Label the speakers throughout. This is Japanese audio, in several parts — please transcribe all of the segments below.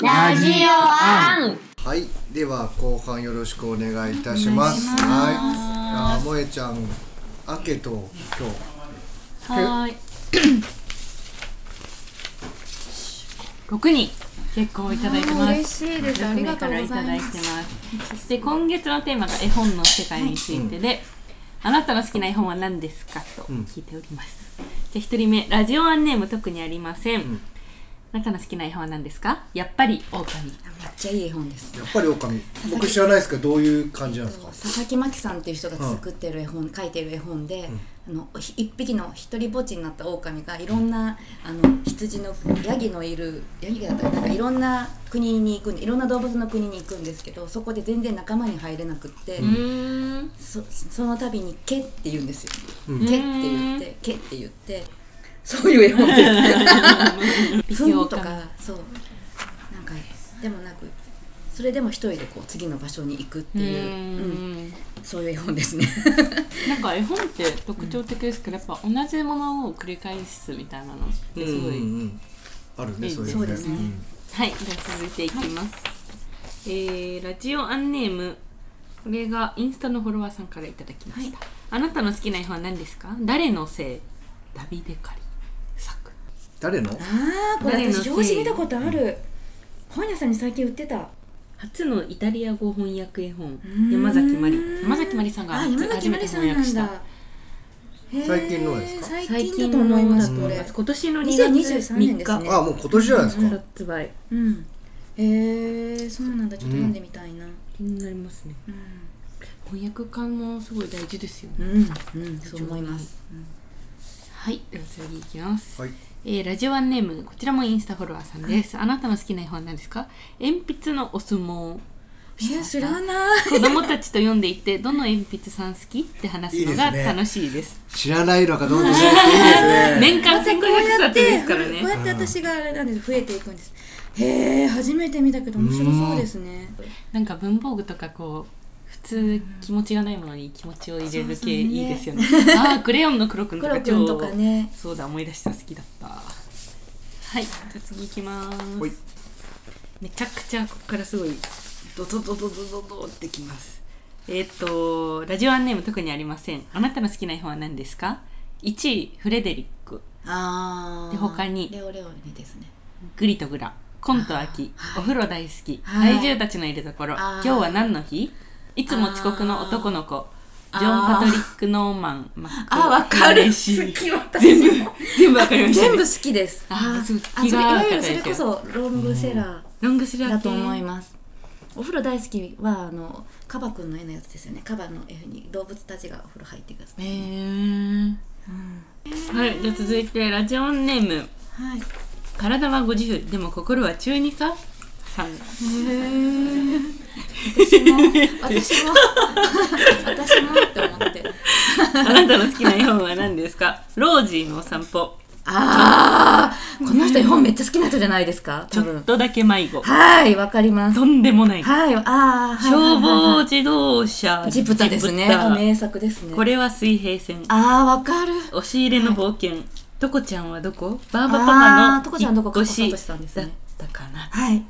Speaker 1: ラジオアン
Speaker 2: はい、では後半よろしくお願いいたします。はい、あー、萌えちゃん、あけと今日。
Speaker 3: はーい。 六人結構いただいてます。
Speaker 4: 嬉しいです。ありがとうございます。
Speaker 3: ます。で今月のテーマが絵本の世界についてで、あなたの好きな絵本は何ですかと聞いております。じゃあ一人目ラジオアンネーム特にありません。
Speaker 2: ん
Speaker 3: あなたの好きな絵本は何ですかやっぱり狼。
Speaker 1: めっちゃいい絵本です
Speaker 2: やっぱり狼、僕知らないですけど、どういう感じなんですか。
Speaker 1: 佐々木真希さんっていう人が作ってる絵本、書いてる絵本で、あのひ一匹の一人ぼっちになった狼がいろんなあの羊のヤギのいるヤギだったりなんかいろんな国に行くんでいろんな動物の国に行くんですけどそこで全然仲間に入れなくって、
Speaker 3: うん。
Speaker 1: そその度に「け」って言うんですよ「
Speaker 2: うん
Speaker 1: け」って言って「け」って言ってそういう絵本ですふんとかそうなんかでもなくそれでも一人でこう次の場所に行くって
Speaker 3: う
Speaker 1: いう、うん
Speaker 3: ん。
Speaker 1: そういう絵本ですね
Speaker 3: なんか絵本って特徴的ですけど、やっぱ同じものを繰り返すみたいなのってすごい。
Speaker 2: ん、あるね、そういう
Speaker 1: そ
Speaker 2: の
Speaker 1: うですね
Speaker 2: ん
Speaker 3: はい、じゃあ続いていきます、えーラジオアンネームこれがインスタのフォロワーさんからいただきました、あなたの好きな絵本は何ですか誰のせいダビデカリ作
Speaker 2: 誰の。
Speaker 4: あーこ
Speaker 3: 誰
Speaker 4: れ
Speaker 3: の
Speaker 4: 私表紙見たことある本屋さんに最近売ってた
Speaker 3: 初のイタリア語翻訳絵本
Speaker 4: ーん
Speaker 3: 山崎まり山崎まりさんが
Speaker 4: あ山崎まりさんなんだへー
Speaker 2: 最近のですか
Speaker 4: 最近だと思います
Speaker 3: 最近
Speaker 4: こ
Speaker 3: の
Speaker 4: れ
Speaker 3: やつ今年の2月
Speaker 4: 2023年です
Speaker 3: 3
Speaker 4: ね
Speaker 2: あ、もう今年じゃないですか。
Speaker 3: 日発売
Speaker 4: うんへーそうなんだちょっと読んでみたいな
Speaker 3: 気になりますね
Speaker 4: うん
Speaker 3: 翻訳感もすごい大事ですよね
Speaker 1: うん、うん、そう思います
Speaker 3: はいでは次いきます
Speaker 2: はい、
Speaker 3: えーラジオワンネームこちらもインスタフォロワーさんです、あなたの好きな絵本は何ですか鉛筆のお相撲
Speaker 4: えー知らない
Speaker 3: 子供たちと読んでいて どの鉛筆さん好きって話すのが
Speaker 2: いいですね
Speaker 3: 楽しいです
Speaker 2: 知らないのかどうでしょうっていいです ね。
Speaker 3: 年間1500冊ですからね
Speaker 4: こうやって私があれなんです増えていくんですへえ初めて見たけど面白そうですね
Speaker 3: なんか文房具とかこう普通気持ちがないものに気持ちを入れ
Speaker 4: そうそ
Speaker 3: る
Speaker 4: うね
Speaker 3: 系いいですよねああクレヨンの黒くんと
Speaker 4: ク
Speaker 3: か
Speaker 4: ロ君とかね
Speaker 3: 超そうだ思い出した好きだったはいじゃあ次いきます
Speaker 2: はい
Speaker 3: めちゃくちゃここからすごいドドドドドドドってきますえーっ、とラジオアンネーム特にありませんあなたの好きな絵本は何ですか1位フレデリック
Speaker 1: あ
Speaker 3: で他に
Speaker 1: レオレオにですね
Speaker 3: グリとグラコンと秋お風呂大好き
Speaker 1: はい
Speaker 3: 怪獣たちのいるところ
Speaker 1: あ
Speaker 3: 今
Speaker 1: ー
Speaker 3: 日は何の日いつも遅刻の男の子ジョン・パトリック・ノーマンマック
Speaker 1: あわかる
Speaker 3: ヘネシー全部全部わかりましたね
Speaker 1: 全部好きです
Speaker 3: あーそう
Speaker 4: あそれ
Speaker 3: 気
Speaker 4: い
Speaker 3: が合う
Speaker 4: わ
Speaker 3: 方
Speaker 4: ゆるそ
Speaker 3: ですよ
Speaker 4: れこそロングセラ
Speaker 3: ロングスラ
Speaker 1: ー
Speaker 3: ー
Speaker 1: だと思い
Speaker 3: ま
Speaker 1: ますお風呂大好きはあのカバくんの絵のやつですよねカバの絵に動物たちがお風呂入ってください
Speaker 3: へーはいじゃあ続いてラジオネーム
Speaker 4: ーはい
Speaker 3: 体はご自由でも心は中二ささん
Speaker 1: 私も 私もって思って
Speaker 3: あなたの好きな絵本は何ですかロージーのお散歩
Speaker 1: ああこの人絵本めっちゃ好きな人じゃないですか
Speaker 3: ち
Speaker 1: 多
Speaker 3: ょっ
Speaker 1: 分
Speaker 3: とだけ迷子
Speaker 1: はいわかります
Speaker 3: とんでもない
Speaker 1: はいああーはいはい
Speaker 3: 消
Speaker 1: はい
Speaker 3: 防
Speaker 1: はい
Speaker 3: 自動車
Speaker 1: ジプタですね
Speaker 3: ジプタ
Speaker 1: あ名作ですね
Speaker 3: これは水平線
Speaker 1: ああわかる
Speaker 3: 押し入れの冒険トコちゃんはどこバーバパ
Speaker 1: あートコ
Speaker 3: パ
Speaker 1: ちゃんど
Speaker 3: の
Speaker 1: こか
Speaker 3: 引っ越し
Speaker 1: パパとしたんです
Speaker 3: だ
Speaker 1: ね
Speaker 3: ったかな
Speaker 1: はい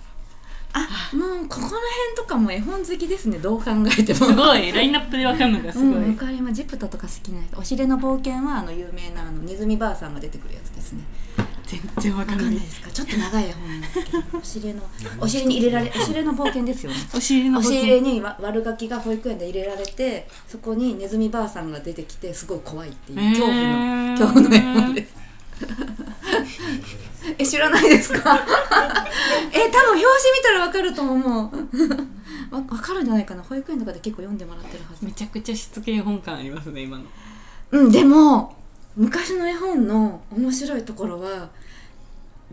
Speaker 1: あもうここの辺とかも絵本好きですねどう考えても
Speaker 3: すごいラインナップでわかるのがす
Speaker 1: う
Speaker 3: ご
Speaker 1: ん、
Speaker 3: い
Speaker 1: わかりますジプタとか好きな人おしれの冒険はあの有名なあのネズミばあさんが出てくるやつですね
Speaker 3: 全然わか
Speaker 1: わか
Speaker 3: ん
Speaker 1: ん
Speaker 3: な
Speaker 1: ないいですかちょっと長い本なんですけどおしれのおしれに入れられおしれの冒険ですよね
Speaker 3: 押し入れの
Speaker 1: お
Speaker 3: 冒
Speaker 1: し
Speaker 3: 険
Speaker 1: 入れにわ悪ガキが保育園で入れられてそこにネズミばあさんが出てきてすごい怖いっていう恐怖
Speaker 3: へー
Speaker 1: の恐怖の絵本 ですえ知らないですか え多分表紙見た らわかると思うわわかるんじゃないかな保育園とかで結構読んでもらってるはず
Speaker 3: めちゃくちゃしつけ本感ありますね今の
Speaker 1: うんでも昔の絵本の面白いところは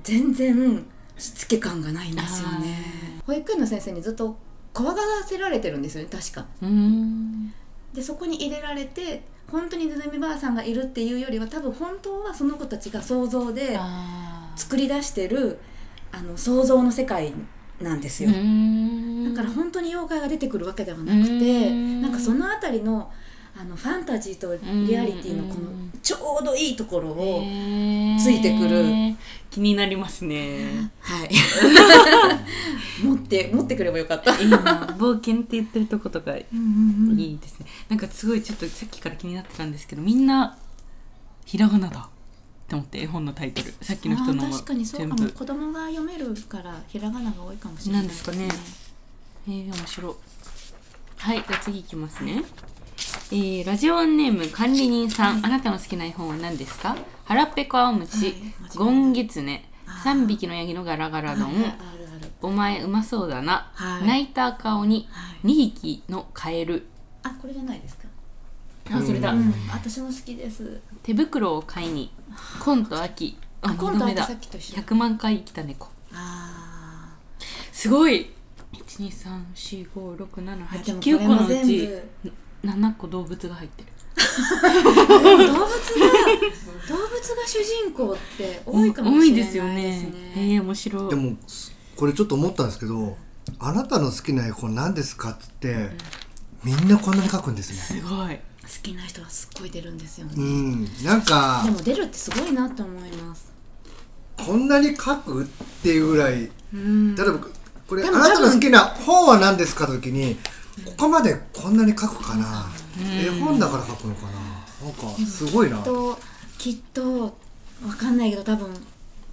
Speaker 1: 全然しつけ感がないんですよね保育園の先生にずっと怖がらせられてるんですよね確か
Speaker 3: うーん
Speaker 1: でそこに入れられて本当にネズミばあさんがいるっていうよりは多分本当はその子たちが想像で
Speaker 3: あ
Speaker 1: 作り出してるあの想像の世界なんです
Speaker 3: ー
Speaker 1: よ
Speaker 3: うー、ん
Speaker 1: だから本当に妖怪が出てくるわけではなくて
Speaker 3: うん
Speaker 1: なんかその辺りのあのファンタジーとリアリティのこの
Speaker 3: うん
Speaker 1: ちょうどいいところを、
Speaker 3: へー
Speaker 1: ついてくる
Speaker 3: 気になりますね
Speaker 1: はいって 持ってくればよかった
Speaker 3: いいな冒険って言ってるとことかい
Speaker 4: うんうんうん
Speaker 3: いですねなんかすごいちょっとさっきから気になってたんですけどみんなひらがなだって思って絵本のタイトルさっきの人の
Speaker 1: あー
Speaker 3: も
Speaker 1: 確かにそう
Speaker 3: 全
Speaker 1: か
Speaker 3: 部
Speaker 1: も子供が読めるからひらがなが多いかもしれない
Speaker 3: なんですかねえー、面白いはいじゃあ次いきますねえー、ラジオネーム管理人さん、あなたの好きな絵本は何ですか腹ペコアオム
Speaker 1: はい
Speaker 3: シ
Speaker 1: 間違いない
Speaker 3: ゴンギツネ
Speaker 1: あー
Speaker 3: 3匹のヤギのガラガ
Speaker 1: あ
Speaker 3: ラ
Speaker 1: るあ
Speaker 3: 丼
Speaker 1: るある
Speaker 3: お前うまそうだな、
Speaker 1: はい
Speaker 3: 泣いた顔に
Speaker 1: はい
Speaker 3: 2匹のカエル
Speaker 1: あこれじゃないですか
Speaker 3: あそれだ、
Speaker 2: うん
Speaker 1: 私も好きです
Speaker 3: 手袋を買いにコント秋あ
Speaker 1: あ
Speaker 3: 二
Speaker 1: 今
Speaker 3: 度
Speaker 1: 度
Speaker 3: 目
Speaker 1: は
Speaker 3: だ
Speaker 1: さっきと一緒だ
Speaker 3: 100万回生きた猫
Speaker 1: あ
Speaker 3: すごい12345678
Speaker 1: 九
Speaker 3: 9個のう
Speaker 1: 全
Speaker 3: ち
Speaker 1: 部
Speaker 3: 7個動物が入ってる
Speaker 1: 動物が動物が主人公って多いかもしれないですね。
Speaker 3: ええー、面白い
Speaker 2: でもすこれちょっと思ったんですけどあなたの好きな絵本何ですかって言って、みんなこんなに描くんですね
Speaker 3: すごい
Speaker 1: 好きな人はすっごい出るんですよ
Speaker 2: う
Speaker 1: ね。
Speaker 2: んなんか
Speaker 1: でも出るってすごいなと思います。
Speaker 2: こんなに描くっていうぐらい
Speaker 3: うん
Speaker 2: 例えばこれ
Speaker 1: で
Speaker 2: あ
Speaker 1: も
Speaker 2: なたの好きな本は何ですかときにここまでこんなに書くかな、
Speaker 3: ん
Speaker 2: 絵本だから書くのかななんかすごいな、
Speaker 1: ときっとわかんないけど多分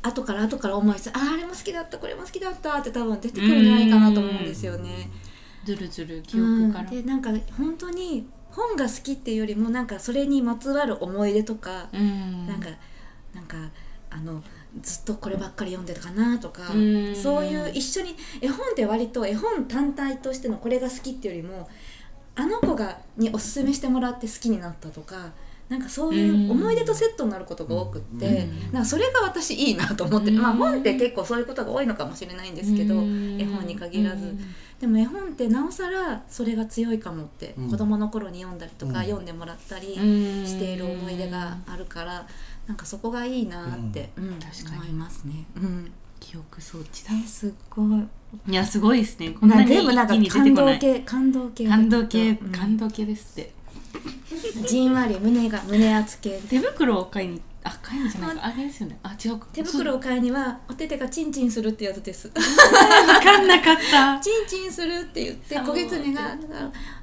Speaker 1: 後から後から思いつあーあれも好きだったこれも好きだったって多分出てくるんじゃないかなと思うんですよね。
Speaker 3: ずるずる記憶から、
Speaker 1: うんでなんか本当に本が好きっていうよりもなんかそれにまつわる思い出とか、
Speaker 3: うん
Speaker 1: なんかなんかあのずっとこればっかり読んでたかなとか、
Speaker 3: うん
Speaker 1: そういう一緒に絵本って割と絵本単体としてのこれが好きっていうよりもあの子がにおすすめしてもらって好きになったとか。なんかそういう思い出とセットになることが多くって、
Speaker 3: うん
Speaker 1: なんかそれが私いいなと思ってる、
Speaker 3: うん
Speaker 1: まあ本って結構そういうことが多いのかもしれないんですけど、
Speaker 3: うん
Speaker 1: 絵本に限らず、
Speaker 3: うん
Speaker 1: でも絵本ってなおさらそれが強いかもって、
Speaker 2: うん
Speaker 1: 子供の頃に読んだりとか、
Speaker 2: うん
Speaker 1: 読んでもらったり
Speaker 3: うん
Speaker 1: している思い出があるから、なんかそこがいいなって、うん
Speaker 3: 確かに
Speaker 1: 思いますね。うん、
Speaker 3: 記憶装置だ
Speaker 1: えすっごい。
Speaker 3: いやすごいですねこんな
Speaker 1: な
Speaker 3: に
Speaker 1: 全部なん
Speaker 3: 一
Speaker 1: か
Speaker 3: 気に出て
Speaker 1: 感
Speaker 3: こな
Speaker 1: 動
Speaker 3: い
Speaker 1: 系感動系
Speaker 3: 感動系、
Speaker 1: うん
Speaker 3: 感動系ですって
Speaker 1: じんわり胸が胸熱系。
Speaker 3: 手袋を買いにあ買いにじゃないかあれですよねあ違うか
Speaker 1: 手袋を買いにはお手手がチンチンするってやつです。
Speaker 3: 分かんなか った
Speaker 1: チンチンするって言って小狐が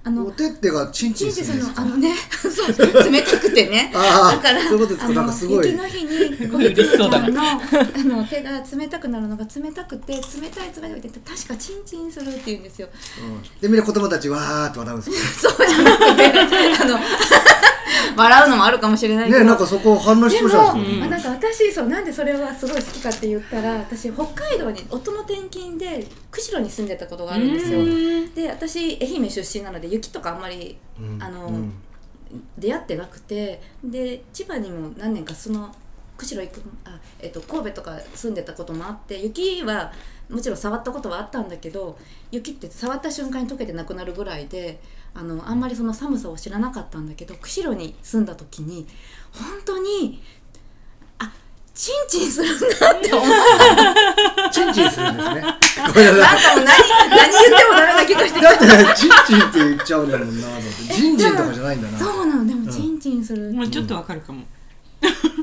Speaker 1: あ
Speaker 2: お
Speaker 1: の
Speaker 2: 手ってがチンチ
Speaker 1: チ
Speaker 2: ン
Speaker 1: ン
Speaker 2: す
Speaker 1: チン
Speaker 2: るん
Speaker 1: する
Speaker 2: です
Speaker 1: の
Speaker 2: か
Speaker 1: あのね そう冷たく てね。
Speaker 2: あ
Speaker 1: だから
Speaker 2: そういうことです
Speaker 1: あ
Speaker 2: かなん
Speaker 1: の
Speaker 2: かすごい
Speaker 1: 雪の日に小
Speaker 3: 嬉し
Speaker 1: 雪
Speaker 3: そうだ
Speaker 1: さんのあの手が冷たくなるのが冷たくて冷たい冷たいって言って確かチンチンするって言うんですよ。
Speaker 2: うんでみんな子供たちわーって笑うんです
Speaker 1: そうじゃなくてあの 笑うのもあるかもしれない
Speaker 2: よ
Speaker 1: けど。
Speaker 2: ねなんかそこ反応し
Speaker 1: で
Speaker 2: そう
Speaker 1: も、
Speaker 2: じゃないですか、
Speaker 1: あなんか私そうなんでそれはすごい好きかって言ったら私北海道に夫の転勤で釧路に住んでたことがあるんですよ
Speaker 3: う。ーん
Speaker 1: で私愛媛出身なので雪とかあんまり
Speaker 2: うん
Speaker 1: あの
Speaker 2: うん
Speaker 1: 出会ってなくてで千葉にも何年かその釧路行くあ、えっと、神戸とか住んでたこともあって雪はもちろん触ったことはあったんだけど雪って触った瞬間に溶けてなくなるぐらいであのあんまりその寒さを知らなかったんだけど釧路に住んだ時に本当にあチンチンするんだって思った
Speaker 2: チンチンするん ですねごめんなさい
Speaker 1: もう何何言ってもダメな気がしてきた
Speaker 2: だってチンチンって言っちゃうんだもんなと思ってジンジンとかじゃないんだ
Speaker 1: そ
Speaker 2: な
Speaker 1: うなのでもチンチンする、
Speaker 3: もうちょっとわかるか も、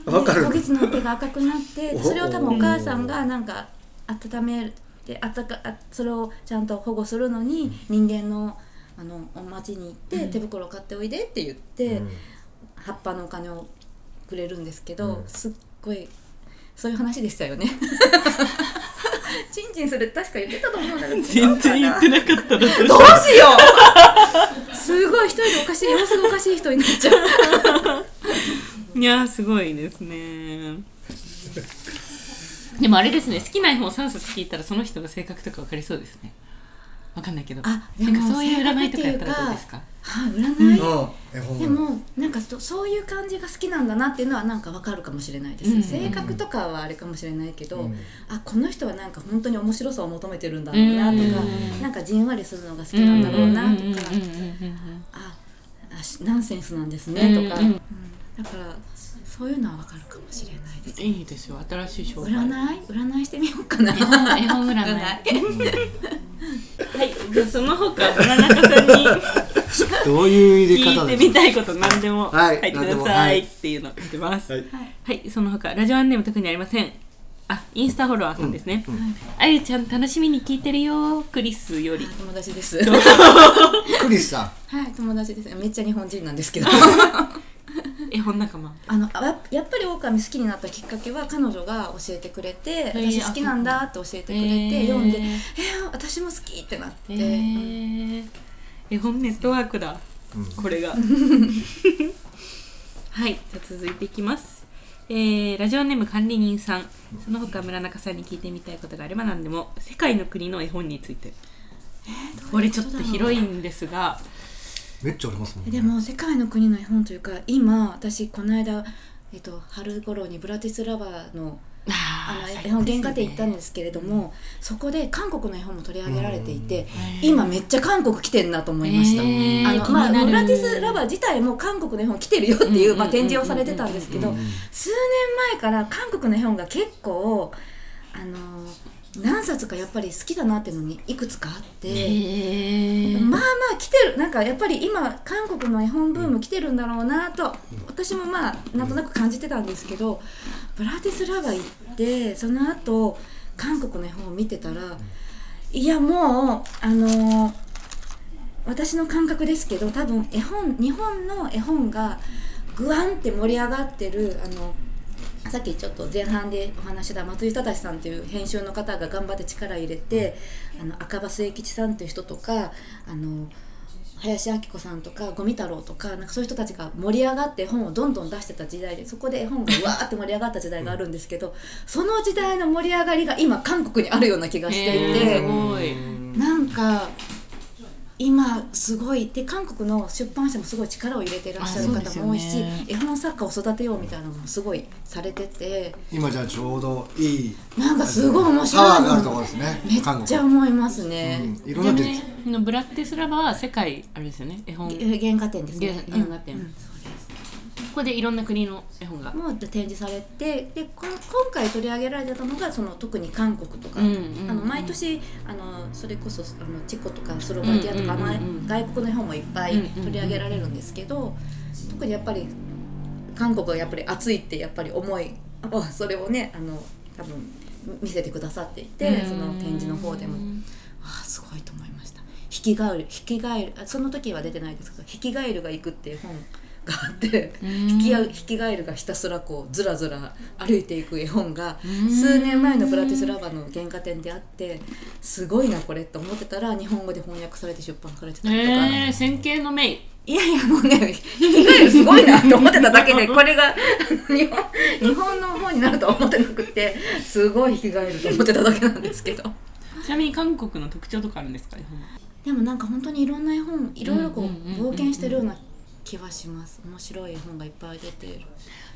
Speaker 2: わかる
Speaker 1: で小口の手が赤くなって
Speaker 2: お
Speaker 1: それを多分お母さんがなんか温めてあたかあそれをちゃんと保護するのに人間のあの町に行って手袋を買っておいでって言って、
Speaker 2: うん
Speaker 1: 葉っぱのお金をくれるんですけど、
Speaker 2: うん
Speaker 1: すっごいそういう話でし たよね。チンチンする確か言ってたと思うんだけど
Speaker 3: 全然言ってなかったらどうし
Speaker 1: どうしようすごい一人でおかしい様子がおかしい人になっちゃう。
Speaker 3: いやーすごいですねでもあれですね好きな絵本3冊聞いたらその人の性格とかわかりそうですねわかんないけど
Speaker 1: あで
Speaker 3: な
Speaker 1: も
Speaker 3: んかそういう占いとかやったらどうですか
Speaker 1: はあ、占い、
Speaker 2: うん絵本
Speaker 1: でもなんかそそういう感じが好きなんだなっていうのはなんかわかるかもしれないです、
Speaker 3: うん
Speaker 1: 性格とかはあれかもしれないけど、
Speaker 2: うん
Speaker 1: あこの人はなんか本当に面白さを求めてるんだろうなとか、
Speaker 3: うん
Speaker 1: なんかじんわりするのが好きなんだろうなとか、
Speaker 3: うんうんうん
Speaker 1: ああしナンセンスなんですねとか、
Speaker 3: うんうん
Speaker 1: うんだからそういうのはわかるかもしれないです
Speaker 3: うんいいですよ新しい商売
Speaker 1: 占い占いしてみよ うかな
Speaker 3: 絵本絵本占い
Speaker 1: 占い
Speaker 3: はいじゃあその他村中さんに
Speaker 2: どういう入れ方
Speaker 3: 聞い
Speaker 2: で
Speaker 3: てみ
Speaker 2: すか
Speaker 3: たいこと何でも
Speaker 2: は
Speaker 3: 書
Speaker 2: い
Speaker 3: いてく
Speaker 2: 何で
Speaker 3: だ
Speaker 2: も
Speaker 3: さ
Speaker 2: はいい
Speaker 3: っていうの書いてます
Speaker 2: はい
Speaker 3: はいその他ラジオアンネーム特にありませんあインスタフォロワーさんですね、
Speaker 2: うんうん
Speaker 3: あゆちゃん楽しみに聞いてるよクリスより
Speaker 5: 友達です
Speaker 2: クリスさん
Speaker 5: はい友達ですめっちゃ日本人なんですけど
Speaker 3: 絵本仲間
Speaker 5: あのあややっぱりオオカミ好きになったきっかけは彼女が教えてくれて
Speaker 3: ー
Speaker 5: 私好きなんだって教えてくれて、
Speaker 3: えー
Speaker 5: 読んでえー、私も好きってなって、
Speaker 3: えー、絵本ネットワークだ、こ れがはいじゃあ続いていきますえー、ラジオネーム管理人さんその他村中さんに聞いてみたいことがあれば何でも世界の国の絵本について、これちょっと広いんですが
Speaker 2: めっちゃありますもんね
Speaker 1: でも世界の国の絵本というか今私この間、えっと、春頃にブラティスラバのあ
Speaker 3: あ
Speaker 1: の
Speaker 3: ー
Speaker 1: 絵本原画展行ったん
Speaker 3: で
Speaker 1: ですけれども、そこで韓国の絵本も取り上げられていて、
Speaker 3: すね
Speaker 1: 今めっちゃ韓国来てんなと思いました。
Speaker 3: えー
Speaker 1: あのまあ、
Speaker 3: 気になる
Speaker 1: ブラティスラバー自体も韓国の絵本来てるよって
Speaker 3: うんうん
Speaker 1: い
Speaker 3: うんう
Speaker 1: う、
Speaker 3: ん
Speaker 1: まあ、展示をされてたんですけど、
Speaker 2: うん
Speaker 1: 数年前から韓国の絵本が結構あの何冊かやっぱり好きだなっていうのにいくつかあって、
Speaker 3: へー
Speaker 1: まあまあ来てるなんかやっぱり今韓国の絵本ブーム来てるんだろうなと私もまあなんとなく感じてたんですけどブラティスラバ行ってその後韓国の絵本を見てたらいやもうあのー私の感覚ですけど多分絵本日本の絵本がグワンって盛り上がってるあのさっきちょっと前半でお話しした松井忠さんという編集の方が頑張って力入れて、あの赤羽末吉さんという人とかあの林明子さんとか五味太郎とかなんかそういう人たちが盛り上がって本をどんどん出してた時代でそこで絵本がわーって盛り上がった時代があるんですけど、その時代の盛り上がりが今韓国にあるような気がしていて。
Speaker 3: えーすごい
Speaker 1: なんか今すごいで韓国の出版社もすごい力を入れてらっしゃる
Speaker 3: あそうです
Speaker 1: 方
Speaker 3: よ
Speaker 1: も
Speaker 3: ね
Speaker 1: 多いし、絵本作家を育てようみたいなのもすごいされてて
Speaker 2: 今じゃあちょうどいい
Speaker 1: なんかすごい面
Speaker 2: パワ
Speaker 1: 白い
Speaker 2: ーがあると
Speaker 1: の
Speaker 2: ころですね
Speaker 1: め
Speaker 2: 韓
Speaker 1: っち
Speaker 2: 国
Speaker 1: ゃ思いますね、
Speaker 2: うんい
Speaker 3: ち
Speaker 2: ろん
Speaker 3: な
Speaker 2: な
Speaker 3: み
Speaker 2: で
Speaker 3: にあのブラティスラバは世界あれですよね絵本
Speaker 1: え原画展ですね
Speaker 3: 原原画展、ここでいろんな国の絵本が
Speaker 1: もう展示されてでこ今回取り上げられてたのがその特に韓国とか、
Speaker 3: うんうんうん
Speaker 1: あの毎年あのそれこそあのチェコとかスロバキアとか、
Speaker 3: うんうんうんうん
Speaker 1: まあ外国の絵本もいっぱい取り上げられるんですけど、特にやっぱり韓国はやっぱり熱いってやっぱり思いをそれをねあの多分見せてくださっていて、その展示の方でも。ああすごいと思いました「ヒキガエル」「ヒキガエル」あその時は出てないですけど「ヒキガエルが行く」っていう本があって
Speaker 3: うん
Speaker 1: ヒキガヒキガエルがひたすらこうずらずら歩いていく絵本が
Speaker 3: うん
Speaker 1: 数年前のブラティスラバの原画展であってすごいなこれって思ってたら日本語で翻訳されて出版されてたりとか、
Speaker 3: えー、線形のメイ
Speaker 1: いやいやもうねヒキガエルすごいなって思ってただけ でこれがあの日本日本の本になるとは思ってなくてすごいヒキガエルと思ってただけなんですけど。
Speaker 3: ちなみに韓国の特徴とかあるんですか絵本
Speaker 1: でもなんか本当にいろんな絵本いろいろこう
Speaker 3: うんうんうんうん
Speaker 1: 冒険してるような気はします面白い絵本がいっぱい出てる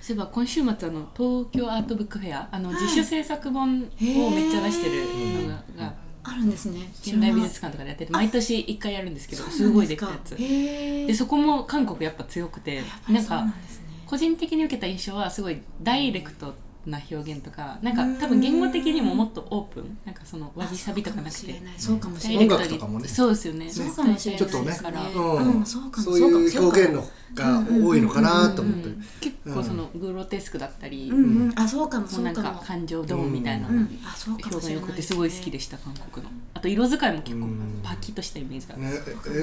Speaker 3: そういえば今週末あの東京アートブックフェアあの、自主制作本をめっちゃ出してるのがが
Speaker 1: あるんですね
Speaker 3: 現代美術館とかでやってて毎年一回やるんですけどすごいできたやつ
Speaker 1: へえ
Speaker 3: でそこも韓国やっぱ強くてなんか
Speaker 1: ですね
Speaker 3: 個人的に受けた印象はすごいダイレクトな表現とかなんか多分言語的にももっとオープンなんかそのわびさびとかなくて
Speaker 1: そうかもし
Speaker 3: ダ
Speaker 1: れ
Speaker 3: イ
Speaker 1: な
Speaker 3: レ
Speaker 1: い
Speaker 3: クト
Speaker 2: 音楽とかもね
Speaker 3: そうですよね
Speaker 1: そうかもしれ
Speaker 2: ち
Speaker 1: ない
Speaker 2: ょっとね
Speaker 3: から
Speaker 2: う
Speaker 1: うん
Speaker 2: ん
Speaker 1: そうかも
Speaker 2: そういう
Speaker 1: そうかも
Speaker 2: 表現のが多いのかなと思って
Speaker 3: うん結構そのグロテスクだったり、
Speaker 1: う
Speaker 3: も
Speaker 1: んうんあそうかも
Speaker 3: う
Speaker 1: そ
Speaker 3: な
Speaker 1: うんか
Speaker 3: か
Speaker 1: も
Speaker 3: 感情どうみたいな
Speaker 1: うんあそうか
Speaker 3: 表
Speaker 1: もし
Speaker 3: 現
Speaker 1: れ
Speaker 3: 良
Speaker 1: ない
Speaker 3: くてすごい好きでした韓国のあと色使いも結構
Speaker 2: うん
Speaker 3: パキッとしたイメージがある
Speaker 2: ね、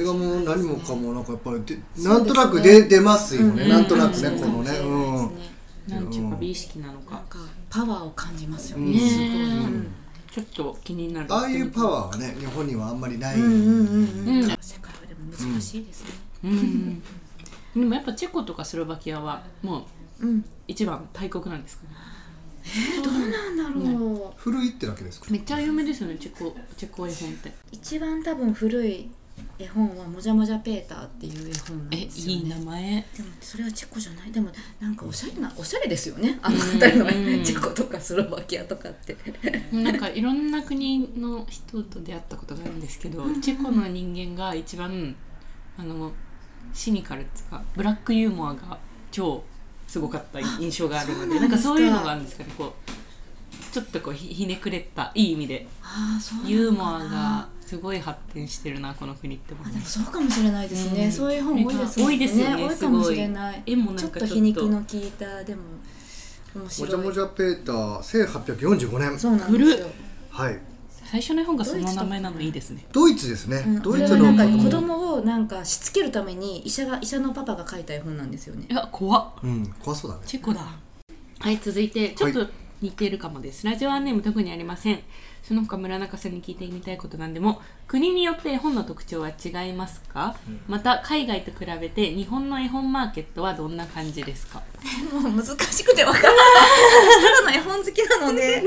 Speaker 2: 映画も何もかもなんかやっぱりでなんとなく出出ますよね、
Speaker 3: うん
Speaker 2: なんとなくね、
Speaker 3: うん
Speaker 2: このね、
Speaker 1: そうか
Speaker 2: う
Speaker 1: もしれない
Speaker 2: ん
Speaker 1: ですね
Speaker 3: なんちゅうか美意識なの
Speaker 1: なん
Speaker 3: か
Speaker 1: かパワーを感じますよね
Speaker 2: うん
Speaker 3: ねえ
Speaker 2: すごい
Speaker 1: うん
Speaker 3: ちょっと気になる
Speaker 2: ああいうパワーはね日本にはあんまりない、
Speaker 1: うんうんうんうん
Speaker 3: うん
Speaker 1: 世界はでも難しいですね
Speaker 3: うんでもやっぱチェコとかスロバキアはもう
Speaker 1: うん
Speaker 3: 一番大国なんですかね
Speaker 1: えどうなんだろう
Speaker 2: 古いってだけですか
Speaker 3: めっちゃ有名ですよねチェコチェコ絵本って
Speaker 1: 一番多分古い絵本は「もじゃもじゃペーター」っていう絵本なん
Speaker 3: え
Speaker 1: ですよ
Speaker 3: いい名
Speaker 1: ね
Speaker 3: 前
Speaker 1: でもそれはチェコじゃないでもなんかおしゃれなおしゃれですよねあの二人の
Speaker 3: うん
Speaker 1: チェコとかスロバキアとかって
Speaker 3: なんかいろんな国の人と出会ったことがあるんですけどチェコの人間が一番あのシニカルっていうかブラックユーモアが超すごかった印象があるので
Speaker 1: あ
Speaker 3: なんかそ
Speaker 1: そ
Speaker 3: うう
Speaker 1: なんですか
Speaker 3: いうのがあるんですかねこうちょっとこうひひねくれたいい意味で
Speaker 1: ああそう
Speaker 3: ユーモアがすごい発展してるなこの国って思い
Speaker 1: で
Speaker 3: ま
Speaker 1: も
Speaker 3: す
Speaker 1: そうかもしれないですね、
Speaker 3: うん
Speaker 1: そういう本多いですもん
Speaker 3: 多いですよね
Speaker 1: 多いかもしれない
Speaker 3: すごい絵もなん
Speaker 1: ちょっ
Speaker 3: か
Speaker 1: と皮肉の効いたでも面
Speaker 2: もじゃ
Speaker 1: 白
Speaker 2: も
Speaker 1: い
Speaker 2: じゃペーター1845年
Speaker 1: そうなんですよ
Speaker 2: はい
Speaker 3: 最初の絵本がその名前なのいいですね
Speaker 2: ドイツですね、
Speaker 1: うん
Speaker 2: ド
Speaker 1: こ
Speaker 2: イ
Speaker 1: れ
Speaker 2: ツ
Speaker 1: は
Speaker 2: の
Speaker 1: な
Speaker 2: 子
Speaker 1: んか子
Speaker 2: 供
Speaker 1: 供をなんかしつけるために医者が医者のパパが書いた絵本なんですよね
Speaker 3: いや怖っ
Speaker 2: うん怖そうだね
Speaker 3: チェコだはい続いてちょっと似てるかもです、ラジオはネーム特にありませんその他村中さんに聞いてみたいことなんでも国によって絵本の特徴は違いますか、また海外と比べて日本の絵本マーケットはどんな感じですか
Speaker 1: もう難しくてわからないただの絵本好きなので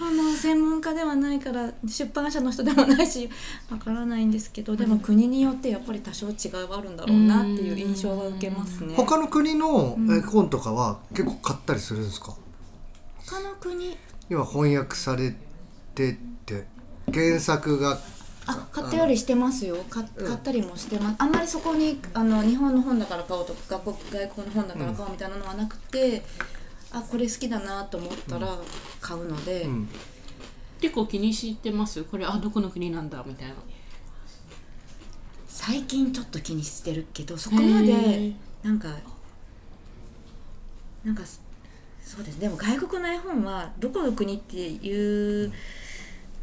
Speaker 1: あの専門家ではないから出版社の人でもないしわからないんですけどでも国によってやっぱり多少違いはあるんだろうなっていう印象は受けますね
Speaker 2: 他の国の絵本とかは結構買ったりするんですか、
Speaker 1: 他の国
Speaker 2: 今翻訳されてって原作が
Speaker 1: あ買ったよりしてますよか買ったりもしてますあんまりそこにあの日本の本だから買おうとか学国外国の本だから買おうみたいなのはなくて、あこれ好きだなと思ったら買うので、
Speaker 2: うん
Speaker 3: 結構気にしてますこれあどこの国なんだみたいな
Speaker 1: 最近ちょっと気にしてるけどそこま
Speaker 3: へ
Speaker 1: で
Speaker 3: ー
Speaker 1: なんかなんかそうですでも外国の絵本はどこの国っていう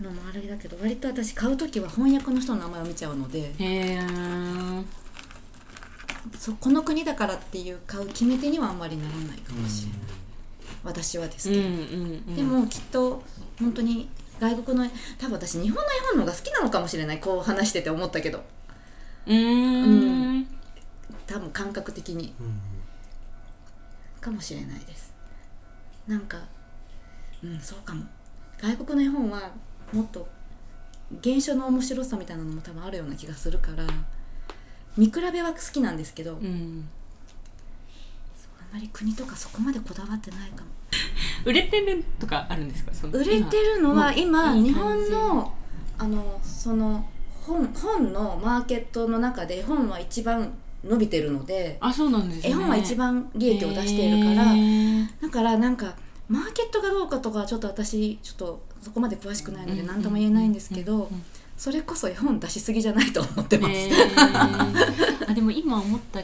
Speaker 1: のもあれだけど割と私買う時は翻訳の人の名前を見ちゃうので
Speaker 3: へー
Speaker 1: そこの国だからっていう買う決め手にはあんまりならないかもしれない、私はです
Speaker 3: うん
Speaker 1: け
Speaker 3: う
Speaker 1: ど、
Speaker 3: んうん
Speaker 1: でもきっと本当に外国の多分私日本の絵本の方が好きなのかもしれないこう話してて思ったけど
Speaker 3: うーん
Speaker 1: 多分感覚的に
Speaker 2: うん
Speaker 1: かもしれないですなんかうんそうかも外国の絵本はもっと原書の面白さみたいなのも多分あるような気がするから見比べは好きなんですけど、
Speaker 3: うん
Speaker 1: あんまり国とかそこまでこだわってないかも
Speaker 3: 売れてるとかあるんですかその
Speaker 1: 売れてるのは今
Speaker 3: もうい
Speaker 1: 日
Speaker 3: い感じ
Speaker 1: 本のあのその本本のマーケットの中で絵本は一番伸びてるので
Speaker 3: あそうなんですね
Speaker 1: 絵本は一番利益を出しているから、
Speaker 3: へー
Speaker 1: だからなんかマーケットがどうかとかはちょっと私ちょっとそこまで詳しくないので何とも言えないんですけ
Speaker 3: うんうん
Speaker 1: ど
Speaker 3: うん
Speaker 1: それこそ絵本出しすぎじゃないと思ってます、
Speaker 3: えーあでも今思った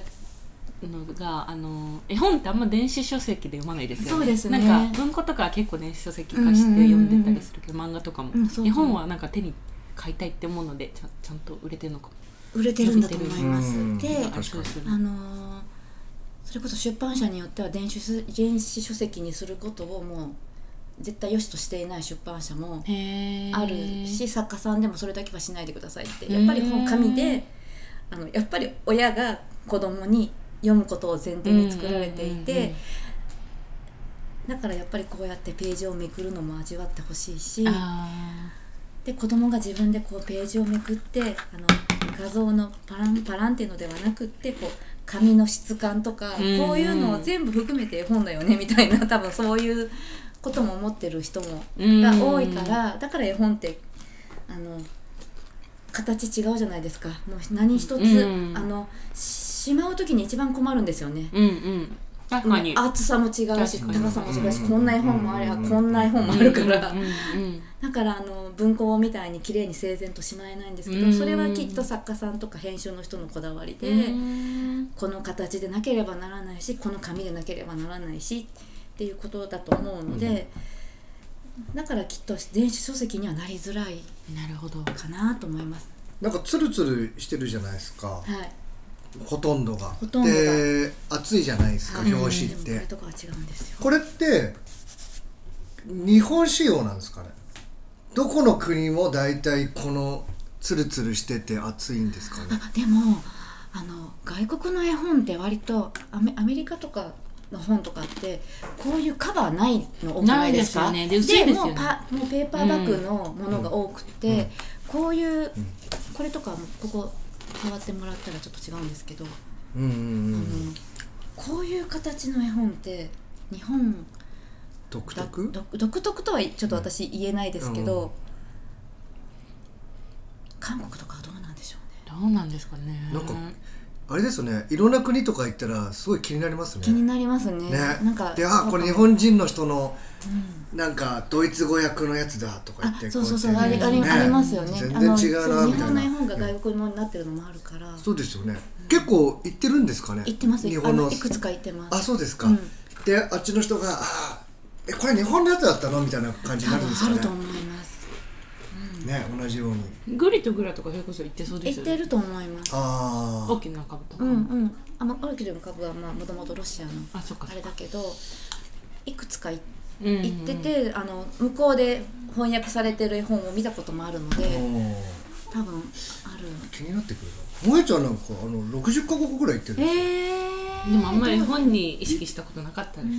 Speaker 3: のがあの絵本ってあんま電子書籍で読まないですよね
Speaker 1: そうですね
Speaker 3: なんか文庫とかは結構電子書籍化して読んでたりするけど、漫画とかも、
Speaker 1: うんそう
Speaker 3: 絵本はなんか手に買いたいって思うのでちゃんちゃんと売れてるのかも
Speaker 1: 売れてるんだと思いま
Speaker 2: うん
Speaker 1: すで
Speaker 2: 確かに
Speaker 3: そうですよ
Speaker 1: あ
Speaker 3: ね
Speaker 1: のーそれこそ出版社によっては電子書電子書籍にすることをもう絶対良しとしていない出版社も
Speaker 3: へー
Speaker 1: あるし作家さんでもそれだけはしないでくださいってやっぱり本紙
Speaker 3: う
Speaker 1: で
Speaker 3: ん
Speaker 1: あのやっぱり親が子供に読むことを前提に作られていて。
Speaker 3: うんうんうんうん
Speaker 1: だからやっぱりこうやってページをめくるのも味わってほしいし
Speaker 3: あ
Speaker 1: で子供が自分でこうページをめくってあの画像のパランパランっていうのではなくってこう紙の質感とか、
Speaker 3: うんうん
Speaker 1: こういうのを全部含めて絵本だよねみたいな多分そういうことも思ってる人も
Speaker 3: うん
Speaker 1: が多いから、だから絵本ってあの形違うじゃないですかもう何一つ、
Speaker 3: うん
Speaker 1: あのしまう時に一番困るんですよね。
Speaker 3: ーうんうん確かに
Speaker 1: 厚さも違うし
Speaker 3: 確かに
Speaker 1: 高さも違うし
Speaker 2: うん
Speaker 1: こんな絵本もあれば
Speaker 2: うん
Speaker 1: こんな絵本もあるから、
Speaker 3: うんうん
Speaker 1: だからあの文庫みたいに綺麗に整然としまえないんですけど、
Speaker 3: うん
Speaker 1: それはきっと作家さんとか編集の人のこだわりで、
Speaker 3: うん
Speaker 1: この形でなければならないしこの紙でなければならないしっていうことだと思うので、だからきっと電子書籍にはなりづらい
Speaker 3: なるほど
Speaker 1: かなと思います。
Speaker 2: なんかツルツルしてるじゃないですか、
Speaker 1: はい
Speaker 2: ほとんどが
Speaker 1: ほとんどが
Speaker 2: で熱いじゃないですか
Speaker 1: はい、
Speaker 2: 表紙っ
Speaker 1: でもこ
Speaker 2: て
Speaker 1: れとかは違うんですよ
Speaker 2: これって日本仕様なんですかねどこの国も大体このツルツルしてて熱いんですかね
Speaker 1: あでもあの外国の絵本って割とアメアメリカとかの本とかってこういうカバーないの多くないですか
Speaker 3: ないですよねで薄いですよね
Speaker 1: もうパもうペーパーバッグのものが多くて、
Speaker 2: うんうん
Speaker 1: こういうこれとかもここ触ってもらったらちょっと違うんですけど、
Speaker 2: うんうんう
Speaker 1: あの
Speaker 2: ん
Speaker 1: こういう形の絵本って日本
Speaker 2: 独
Speaker 1: だ
Speaker 2: 特
Speaker 1: 独独特とはちょっと私言えないですけど、
Speaker 2: うん
Speaker 1: 韓国とかはどうなんでしょうね
Speaker 3: どうなんですかね
Speaker 2: なんかあれですよねいろんな国とか行ったらすごい気になりますね
Speaker 1: 気になりますね
Speaker 2: ね
Speaker 1: なんか
Speaker 2: で
Speaker 1: そう
Speaker 2: あ
Speaker 1: か
Speaker 2: これ
Speaker 1: も
Speaker 2: 日本人の人のなんかドイツ語訳のやつだとか言
Speaker 1: あ
Speaker 2: って、
Speaker 1: そうそうそう、
Speaker 2: こ
Speaker 1: あ
Speaker 2: や
Speaker 1: り
Speaker 2: って
Speaker 1: あり
Speaker 2: ね
Speaker 1: ありますよね。
Speaker 2: 全
Speaker 1: あ
Speaker 2: 然
Speaker 1: の
Speaker 2: 違う
Speaker 1: そ
Speaker 2: なみ
Speaker 1: 日
Speaker 2: たい
Speaker 1: 本の
Speaker 2: な
Speaker 1: 絵本が外国語になってるのもあるから。
Speaker 2: そうですよね結構行ってるんですかね
Speaker 1: 行ってます。
Speaker 2: 日
Speaker 1: あ
Speaker 2: 本の
Speaker 1: のいくつか行ってます。
Speaker 2: あそうですか、
Speaker 1: うん
Speaker 2: であっちの人が「あーえこれ日本のやつだったのみたいな感じに
Speaker 1: 多
Speaker 2: なるんです
Speaker 1: 分
Speaker 2: か
Speaker 1: あ
Speaker 2: ね
Speaker 1: ると思います
Speaker 2: ね同じように
Speaker 3: グリとグラとかそれこそ言ってそうで
Speaker 1: 言っ
Speaker 3: すよ
Speaker 1: て
Speaker 3: ね
Speaker 1: ると思います
Speaker 2: あ
Speaker 3: 大
Speaker 2: あ
Speaker 3: きな株とか
Speaker 1: うんうんあのオルキルの株はもともとロシアの
Speaker 3: あそっか
Speaker 1: あれだけどいくつかい
Speaker 3: 言
Speaker 1: 行ってて、あの向こうで翻訳されてる絵本を見たこともあるので、多分ある
Speaker 2: 気になってくるな萌えちゃんなんかあの60カ国ぐらい行ってる
Speaker 1: え
Speaker 3: でもあんまり本に意識したことなかったです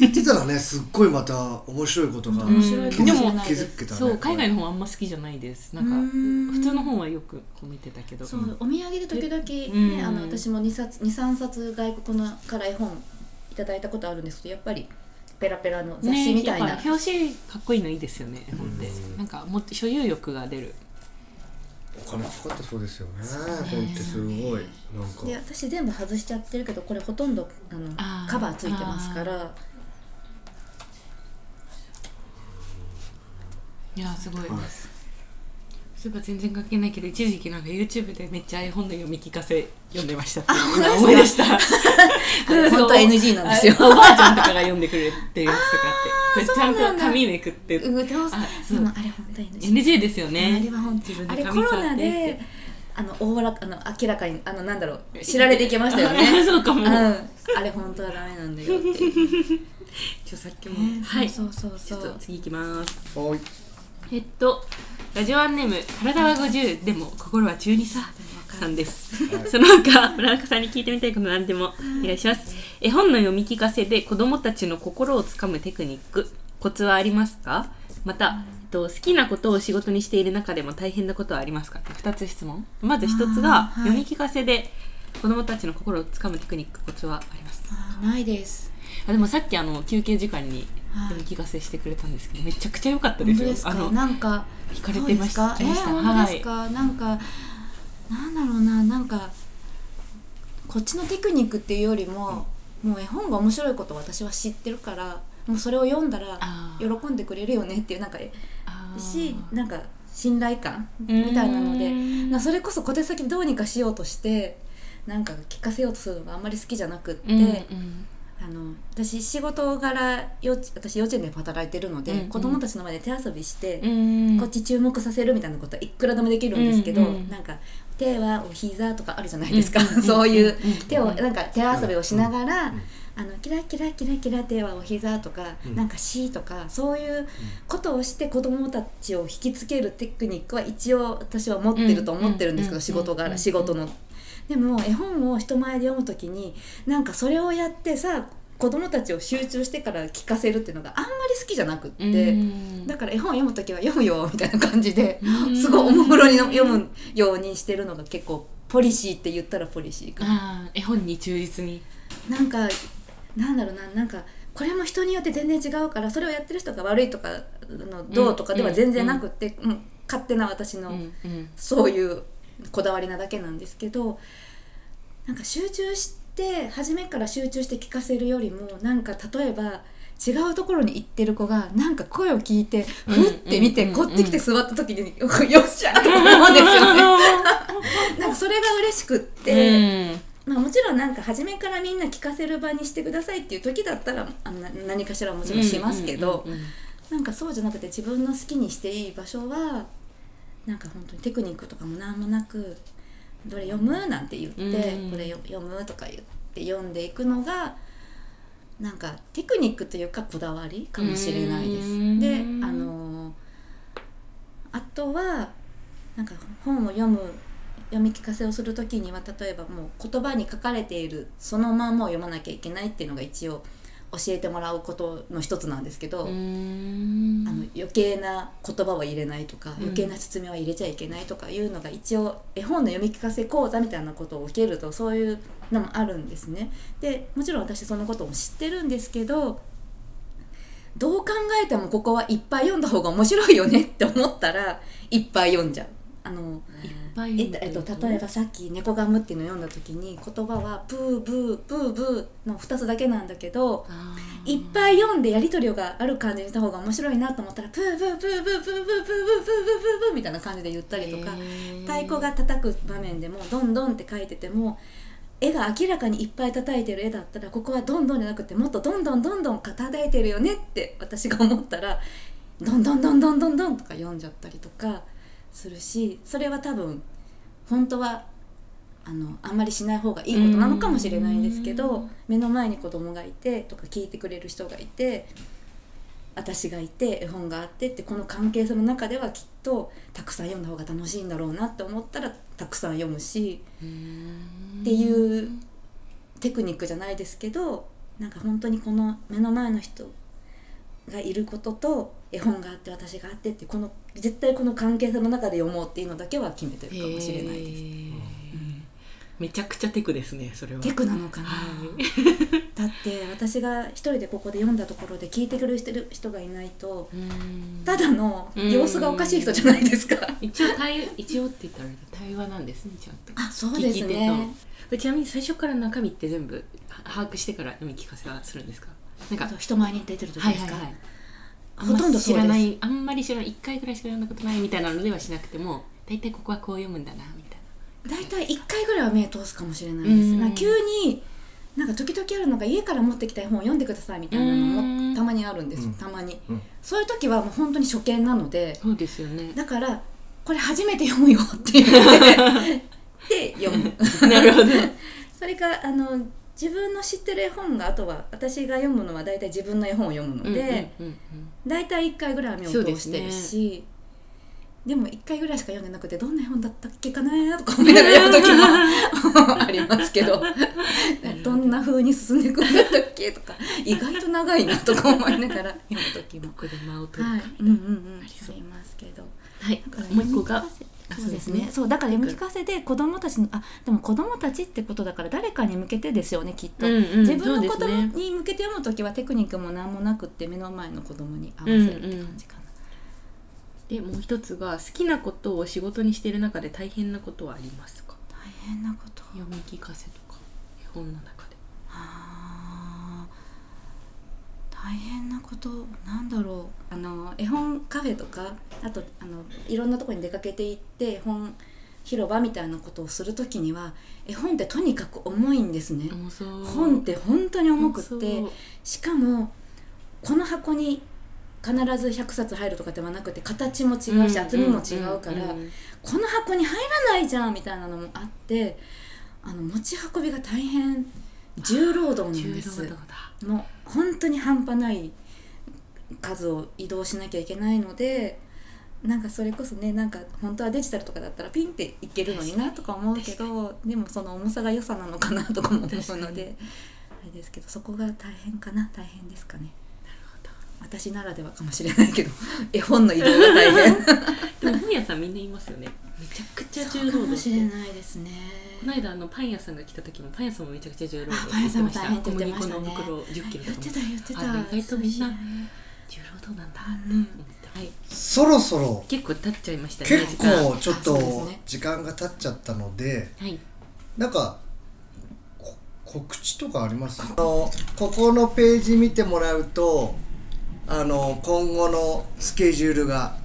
Speaker 2: 行ってたらねすっごいまた面白いことが
Speaker 3: うん
Speaker 1: 面白いかもしれない
Speaker 2: 気
Speaker 1: で
Speaker 2: づ
Speaker 1: す
Speaker 2: けたね
Speaker 3: そう海外の本あんま好きじゃないですなんか普通の本はよくこう見てたけど
Speaker 1: そうお土産で時々、ね
Speaker 3: うん
Speaker 1: あの私も2冊23冊外国のから絵本いただいたことあるんですけどやっぱりペラペラの雑誌みたい
Speaker 3: や
Speaker 1: な、
Speaker 3: っぱ表紙かっこいいのいいですよね本って
Speaker 2: うん
Speaker 3: なんかもっと所有欲が出る
Speaker 2: お金かかってそうですよね本ってすごいなんか
Speaker 1: で私全部外しちゃってるけどこれほとんどあの
Speaker 3: あー
Speaker 1: カバーついてますから
Speaker 3: いやすごいですそういえば全然関係ないけど一時期なんか YouTube でめっちゃ絵本の読み聞かせ読んでましたっていう今思い出した
Speaker 1: 本当は NG なんですよ
Speaker 3: あおばあちゃんとかが読んでくれてるやつとかあってちゃんと紙めくって
Speaker 1: うんでも
Speaker 3: あそう
Speaker 1: でもあれ本当に NG
Speaker 3: NG ですよね
Speaker 1: あれは本当
Speaker 3: 自分
Speaker 1: あ
Speaker 3: で
Speaker 1: れコ
Speaker 3: 紙
Speaker 1: ロ
Speaker 3: 触
Speaker 1: ナ
Speaker 3: って
Speaker 1: であの大らかあの明らかにあのなんだろう知られていきましたよ ね
Speaker 3: そうかも
Speaker 1: うん、あれ本当はダメなんだよって いう、
Speaker 3: ちょさっきも、
Speaker 1: はいそうそう
Speaker 3: ち
Speaker 1: そ
Speaker 3: ょっと
Speaker 1: う
Speaker 3: 次行きます
Speaker 2: はい
Speaker 3: えっとラジオアンネーム「体は50でも心は中2さ」さんです、その他村中さんに聞いてみたいこと何でもお願いします、絵本の読み聞かせで子どもたちの心をつかむテクニックコツはありますかまた、えっと、好きなことを仕事にしている中でも大変なことはありますか2つ質問まず1つが、
Speaker 1: あーはい
Speaker 3: 読み聞かせで子どもたちの心をつかむテクニックコツはありますか
Speaker 1: あないです
Speaker 3: あでもさっきあの休憩時間に
Speaker 1: はい
Speaker 3: 読み聞かせしてくれたんですけど、めちゃくちゃ良かったで
Speaker 1: 本
Speaker 3: す
Speaker 1: 当
Speaker 3: よ。
Speaker 1: です
Speaker 3: あ
Speaker 1: か
Speaker 3: の
Speaker 1: なんか
Speaker 3: 惹かれてました。
Speaker 1: そうですかえー、本当ですか、なんかなんだろうななんかこっちのテクニックっていうよりも、もう絵本が面白いことを私は知ってるからもうそれを読んだら
Speaker 3: あ
Speaker 1: 喜んでくれるよねっていうなんか
Speaker 3: はい、
Speaker 1: しなんか信頼感みたいなのでなそれこそ小手先どうにかしようとしてなんか聞かせようとするのがあんまり好きじゃなくって、
Speaker 3: で、うんうん
Speaker 1: あの私仕事柄幼稚私幼稚園で働いてるので、
Speaker 3: うんうん
Speaker 1: 子供たちの前で手遊びして、
Speaker 3: うん
Speaker 1: こっち注目させるみたいなことはいくらでもできるんですけど、
Speaker 3: うんうん
Speaker 1: なんか手はお膝とかあるじゃないですか、
Speaker 3: うんうんうん
Speaker 1: そうい
Speaker 3: うん
Speaker 1: う
Speaker 3: うんうん
Speaker 1: 手をなんか手遊びをしながら、
Speaker 2: うんうん
Speaker 1: あのキラキラキラキラ手はお膝とか、
Speaker 2: うん
Speaker 1: なんか C とかそういうことをして子供たちを引きつけるテクニックは一応私は持ってると思ってるんで
Speaker 3: うんうん
Speaker 1: すけ
Speaker 3: うん
Speaker 1: ど仕事
Speaker 3: うんうん
Speaker 1: 柄仕事の。でも絵本を人前で読む時になんかそれをやってさ子供たちを集中してから聞かせるっていうのがあんまり好きじゃなくって。
Speaker 3: うん
Speaker 1: だから絵本読むときは読むよみたいな感じで
Speaker 3: うん
Speaker 1: すごいおもむろに読むようにしてるのが結構ポリシーって言ったらポリシーか
Speaker 3: あー絵本に忠実に。
Speaker 1: なんかなんだろうななんかこれも人によって全然違うからそれをやってる人が悪いとかあのどうとかでは全然なくって、うん勝手な私
Speaker 3: う
Speaker 1: の
Speaker 3: んうん
Speaker 1: そういうこだわりなだけなんですけどなんか集中して初めから集中して聞かせるよりもなんか例えば違うところに行ってる子がなんか声を聞いて
Speaker 3: うん
Speaker 1: ふって見て
Speaker 3: うん
Speaker 1: こってきて座った時に よっしゃーと か思うんですよね。なんかそれが嬉しくって、まあ、もちろんなんか初めからみんな聞かせる場にしてくださいっていう時だったらあのな何かしらもちろんしますけど。
Speaker 3: うんうんうんうん
Speaker 1: なんかそうじゃなくて自分の好きにしていい場所はなんか本当にテクニックとかも何もなく「どれ読む?」なんて言って
Speaker 3: うん
Speaker 1: 「これよ読む?」とか言って読んでいくのがなんかテクニックというかこだわりかもしれないで
Speaker 3: うん
Speaker 1: す。であのーあとはなんか本を読む読み聞かせをする時には例えばもう言葉に書かれているそのまんまを読まなきゃいけないっていうのが一応教えてもらうことの一つなんですけど、
Speaker 3: うん
Speaker 1: あの余計な言葉は入れないとか
Speaker 3: うん
Speaker 1: 余計な説明は入れちゃいけないとかいうのが一応絵本の読み聞かせ講座みたいなことを受けるとそういうのもあるんですね。でもちろん私そのことも知ってるんですけどどう考えてもここはいっぱい読んだ方が面白いよねって思ったらいっぱい読んじゃう。あの
Speaker 3: いっぱい
Speaker 1: えっとえっと、例えばさっき「猫ガム」っていうのを読んだ時に言葉は「ブーブーブーブー」の2つだけなんだけど
Speaker 3: あー
Speaker 1: いっぱい読んでやり取りがある感じにした方が面白いなと思ったらプープープープープープープープープープープーみたいな感じで言ったりとか
Speaker 3: へー
Speaker 1: 太鼓が叩く場面でもどんどんって書いてても絵が明らかにいっぱい叩いてる絵だったらここはどんどんじゃなくてもっとどんどんどんどん叩いてるよねって私が思ったらどんどんどんどんどんどんとか読んじゃったりとかするしそれは多分本当はあのあんまりしない方がいいことなのかもしれないんですけ
Speaker 3: う
Speaker 1: ど
Speaker 3: ん
Speaker 1: 目の前に子供がいてとか聞いてくれる人がいて私がいて絵本があってってこの関係性の中ではきっとたくさん読んだ方が楽しいんだろうなって思ったらたくさん読むしっていうテクニックじゃないですけどなんか本当にこの目の前の人がいることと絵本があって私があってってこの絶対この関係性の中で読もうっていうのだけは決めてるかもしれないです。
Speaker 3: へーめちゃくちゃテクですねそれは
Speaker 1: テクなのかな、だって私が一人でここで読んだところで聞いてくれる人がいないと
Speaker 3: うん
Speaker 1: ただの様子がおかしい人じゃないですか。
Speaker 3: 一応対一応って言ったらあれだ対話なんですねちゃんと
Speaker 1: あそ
Speaker 3: 聞き手とちなみに最初から中身って全部は把握してから読み聞かせはするんですかなんか
Speaker 1: 人前に出てる時
Speaker 3: はい
Speaker 1: で
Speaker 3: は
Speaker 1: す
Speaker 3: い
Speaker 1: か、
Speaker 3: はい
Speaker 1: ほとんど
Speaker 3: 知
Speaker 1: そうです
Speaker 3: らないあんまり知らない1回ぐらいしか読んだことないみたいなのではしなくても大体ここはこう読むんだなみたい
Speaker 1: 大体1回ぐらいは目通すかもしれないです、
Speaker 3: うん
Speaker 1: なんか急になんか時々あるのが家から持ってきた絵本を読んでくださいみたいなの
Speaker 3: うん
Speaker 1: もたまにあるんです、
Speaker 2: うん
Speaker 1: たまに、
Speaker 2: うん
Speaker 1: そういう時はもう本当に初見なの
Speaker 3: な
Speaker 1: で
Speaker 3: そうですよね
Speaker 1: だからこれ初めて読むよって 言ってで読む
Speaker 3: なるほ ど
Speaker 1: それかあの自分の知ってる絵本があとは私が読むのは大体自分の絵本を読むので、
Speaker 3: うんうんうん
Speaker 1: 大体1回ぐらいは目を
Speaker 3: そう
Speaker 1: 通
Speaker 3: です
Speaker 1: し
Speaker 3: ね
Speaker 1: てるしでも1回ぐらいしか読んでなくてどんな絵本だったっけかなとか思いながら読む時も ありますけどどんな風に進んでいくんだったっけとか意外と長いなとか思いながら読む時も
Speaker 3: こ。こで間を取るか
Speaker 1: はい、うんうんうん、あ
Speaker 3: りそう
Speaker 1: りますけど。
Speaker 3: はい
Speaker 1: だから
Speaker 3: もう一個が
Speaker 1: 読み聞か
Speaker 3: あ
Speaker 1: せ
Speaker 3: そ
Speaker 1: そうう
Speaker 3: で
Speaker 1: ですす
Speaker 3: ね
Speaker 1: ね。そうだから読み聞かせで子供たちのあでも子供たちってことだから誰かに向けてですよねきっと。
Speaker 3: うんうん
Speaker 1: 自分の
Speaker 3: そ
Speaker 1: 子
Speaker 3: うですね
Speaker 1: 供に向けて読むときはテクニックも何もなくって目の前の子供に合わせるって感じかな。
Speaker 3: でもう一つが好きなことを仕事にしている中で大変なことはありますか
Speaker 1: 大変なこと。
Speaker 3: 読み聞かせとか絵本の中で
Speaker 1: あー大変なことなんだろうあの絵本カフェとかあとあのいろんなところに出かけていって絵本広場みたいなことをする時には絵本ってとにかく重いんですね、
Speaker 3: 重そう
Speaker 1: 本って本当に重くっ
Speaker 3: 重
Speaker 1: て
Speaker 3: そう
Speaker 1: しかもこの箱に必ず100冊入るとかではなくて形も違うし厚みも違うから、
Speaker 3: んんんん
Speaker 1: この箱に入らないじゃんみたいなのもあってあの持ち運びが大変重労働なん
Speaker 3: 重
Speaker 1: で
Speaker 3: 労
Speaker 1: す
Speaker 3: 働だ
Speaker 1: もう本当に半端ない数を移動しなきゃいけないのでなんかそれこそねなんか本当はデジタルとかだったらピンっていけるのになとか思うけどでもその重さが良さなのかなとかも思う
Speaker 3: 確か
Speaker 1: の
Speaker 3: に
Speaker 1: であれですけどそこが大変かな大変ですかね私ならではかもしれないけど絵本の移動が大変
Speaker 3: でも本屋さんみんな言いますよねめちゃくちゃ重労
Speaker 1: そうかも
Speaker 3: 働
Speaker 1: し
Speaker 3: っ
Speaker 1: れ
Speaker 3: て
Speaker 1: ないですね
Speaker 3: この間あのパン屋さんが来た時もパン屋さんもめちゃくちゃ重労働
Speaker 1: あパン屋さんも大変って
Speaker 3: 言
Speaker 1: 言
Speaker 3: っ
Speaker 1: ってて
Speaker 3: ま
Speaker 1: ま
Speaker 3: し
Speaker 1: した
Speaker 3: 小麦粉
Speaker 1: たね
Speaker 3: の袋10キロとか
Speaker 1: 言っ
Speaker 3: も
Speaker 1: てた言ってた
Speaker 3: あ意外とみんな
Speaker 1: そう知らい
Speaker 3: 重労働なんだって
Speaker 1: うん
Speaker 3: 思ってはい
Speaker 2: そろそろ
Speaker 3: 結構経っちゃいましたね
Speaker 2: 結
Speaker 3: 時間
Speaker 2: 構ちょっ
Speaker 1: あそうです
Speaker 2: と
Speaker 1: ね
Speaker 2: 時間が経っちゃったので
Speaker 3: はい
Speaker 2: なんかこ告知とかありますあのここのページ見てもらうとあの今後のスケジュールが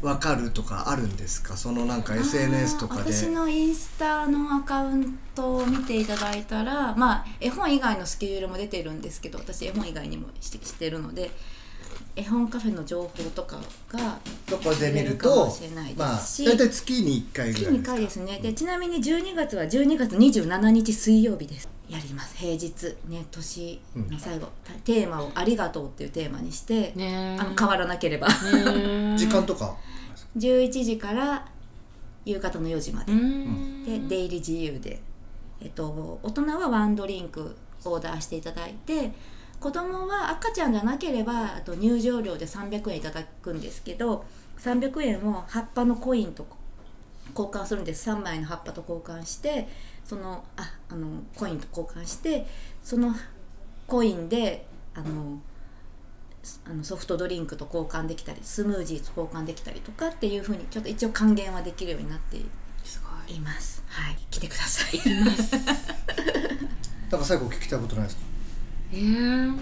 Speaker 2: 分かるとかあるんですかそのなんか SNS とかで
Speaker 1: あー私のインスタのアカウントを見ていただいたらまあ絵本以外のスケジュールも出てるんですけど私絵本以外にもしてしてるので絵本カフェの情報とかが
Speaker 2: どこで見る
Speaker 1: 見れるか
Speaker 2: と
Speaker 1: もしれない
Speaker 2: ま
Speaker 1: で
Speaker 2: あ
Speaker 1: すし
Speaker 2: 大体月に1回ぐ
Speaker 1: 月
Speaker 2: らい
Speaker 1: 2
Speaker 2: ですか
Speaker 1: 回ですねでちなみに12月は12月27日水曜日ですやります平日ね年の最後、テーマを「ありがとう」っていうテーマにして、
Speaker 3: ね
Speaker 1: あの変わらなければ
Speaker 2: 時間とか
Speaker 1: 11時から夕方の4時まで
Speaker 3: うん
Speaker 1: で出入り自由で、えっと、大人はワンドリンクオーダーしていただいて子供は赤ちゃんじゃなければあと入場料で300円いただくんですけど300円を葉っぱのコインと交換するんです3枚の葉っぱと交換してそのああのコインと交換してそのコインであのすあのソフトドリンクと交換できたりスムージーと交換できたりとかっていうふうにちょっと一応還元はできるようになって
Speaker 3: すごい
Speaker 1: います。はい、来てください。
Speaker 2: なんか最後聞きたいことないですか
Speaker 3: えー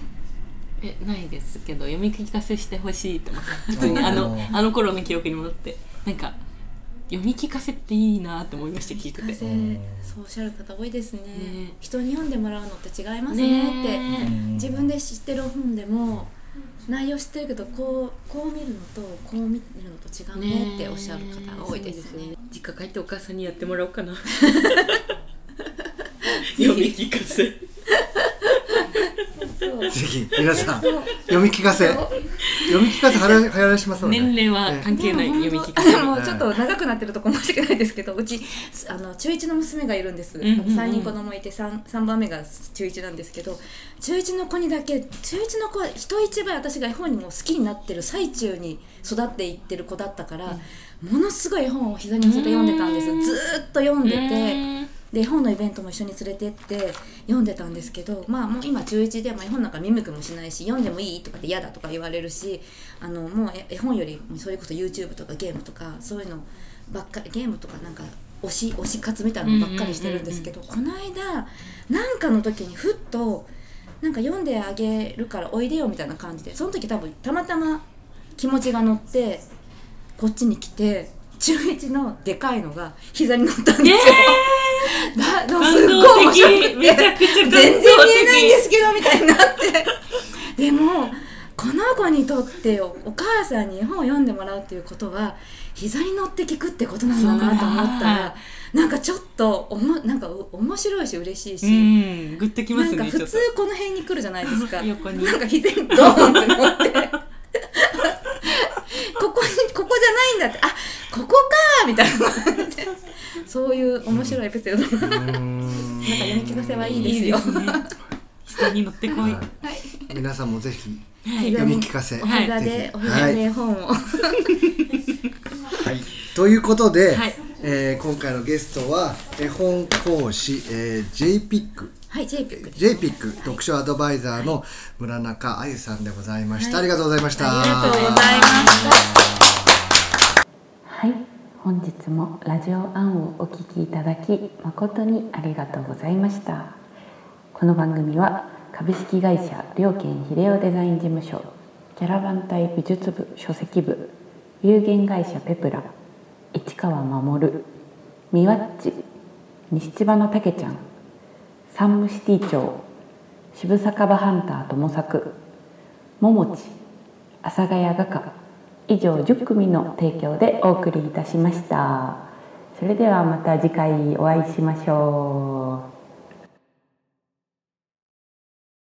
Speaker 3: えないですけど読み聞かせしてほしいと思って普通に
Speaker 2: あー
Speaker 3: あのあの頃の記憶に戻ってなんか読み聞かせっていいなって思いました聞いてて
Speaker 1: 男
Speaker 3: ね
Speaker 1: 性そうおっしゃる方多いですね人に読んでもらうのって違いますねって
Speaker 3: ね
Speaker 1: 自分で知ってる本でも内容知ってるけどこうこう見るのとこう見るのと違うねっておっしゃる方が多いですね。
Speaker 3: 実家帰ってお母さんにやってもらおう かな読み聞かせ
Speaker 1: そう
Speaker 2: ぜひ皆さん読み聞かせ読み聞かせはやはやらしますので
Speaker 3: 年齢は関係ない
Speaker 1: でも
Speaker 3: 読み
Speaker 1: 本
Speaker 3: 聞
Speaker 1: 当
Speaker 3: かせ
Speaker 1: もう ちょっと長くなってるとこ申し訳ないですけどうちあの中1の娘がいるんです、
Speaker 3: んうんうん
Speaker 1: 3人子供いて 3, 3番目が中1なんですけど中1の子にだけ中1の子は人一倍私が絵本にも好きになってる最中に育っていってる子だったから、ものすごい絵本を膝に乗せて読んでたんです
Speaker 3: うん
Speaker 1: ずーっと読んでて。
Speaker 3: うん
Speaker 1: で絵本のイベントも一緒に連れてって読んでたんですけどまあもう今中1でも絵本なんか見向きもしないし読んでもいいとかって嫌だとか言われるしあのもう絵絵本よりもそれこそ YouTube とかゲームとかそういうのばっかりゲームとかなんか推し推し活みたいなのばっかりしてるんですけど、この間なんかの時にふっとなんか読んであげるからおいでよみたいな感じでその時多分たまたま気持ちが乗ってこっちに来て中1のでかいのが膝に乗ったんですよ。だでもすっごい面白くて
Speaker 3: めちゃくちゃ
Speaker 1: 全
Speaker 3: 感動的
Speaker 1: 然見えないんですけどみたいに なってでもこの子にとってお母さんに絵本を読んでもらうっていうことは膝に乗って聞くってことなんだなと思った
Speaker 3: そうだ
Speaker 1: らなんかちょっとおもなんかう面白いし嬉しいし、
Speaker 3: うんグッときま
Speaker 1: な
Speaker 3: す
Speaker 1: んか
Speaker 3: ね
Speaker 1: 普
Speaker 3: ちょっ
Speaker 1: 通この辺に来るじゃないです か
Speaker 3: 横に
Speaker 1: なんか膝にドーンって乗って ここにここじゃないんだってあここかーみたいなそういう面白いエピソード
Speaker 2: うーん
Speaker 1: なんか読み聞かせはい
Speaker 3: と
Speaker 1: いですよ。
Speaker 3: いいで すね人に乗ってこい、
Speaker 2: はい皆さんもぜひ
Speaker 3: はい
Speaker 2: 読み聞かせ
Speaker 1: お膝で、お膝
Speaker 2: は
Speaker 1: で
Speaker 2: い
Speaker 1: 本を。
Speaker 2: はい、ということで、
Speaker 3: はい
Speaker 2: えー今回のゲストは絵本講師、えー、JPIC
Speaker 1: はい、ジェイピックです。
Speaker 2: JPIC 読書アドバイザーの村中あゆさんでございました、ありがとうございました
Speaker 1: ありがとうございました。
Speaker 6: はい、本日もラジオアンをお聞きいただき誠にありがとうございました。この番組は株式会社両県秀夫デザイン事務所キャラバン隊美術部書籍部有限会社ペプラ市川守みわっち西千葉のたけちゃんサンムシティ町渋酒場ハンター友作ももち阿佐ヶ谷画家以上10組の提供でお送りいたしましたそれではまた次回お会いしましょう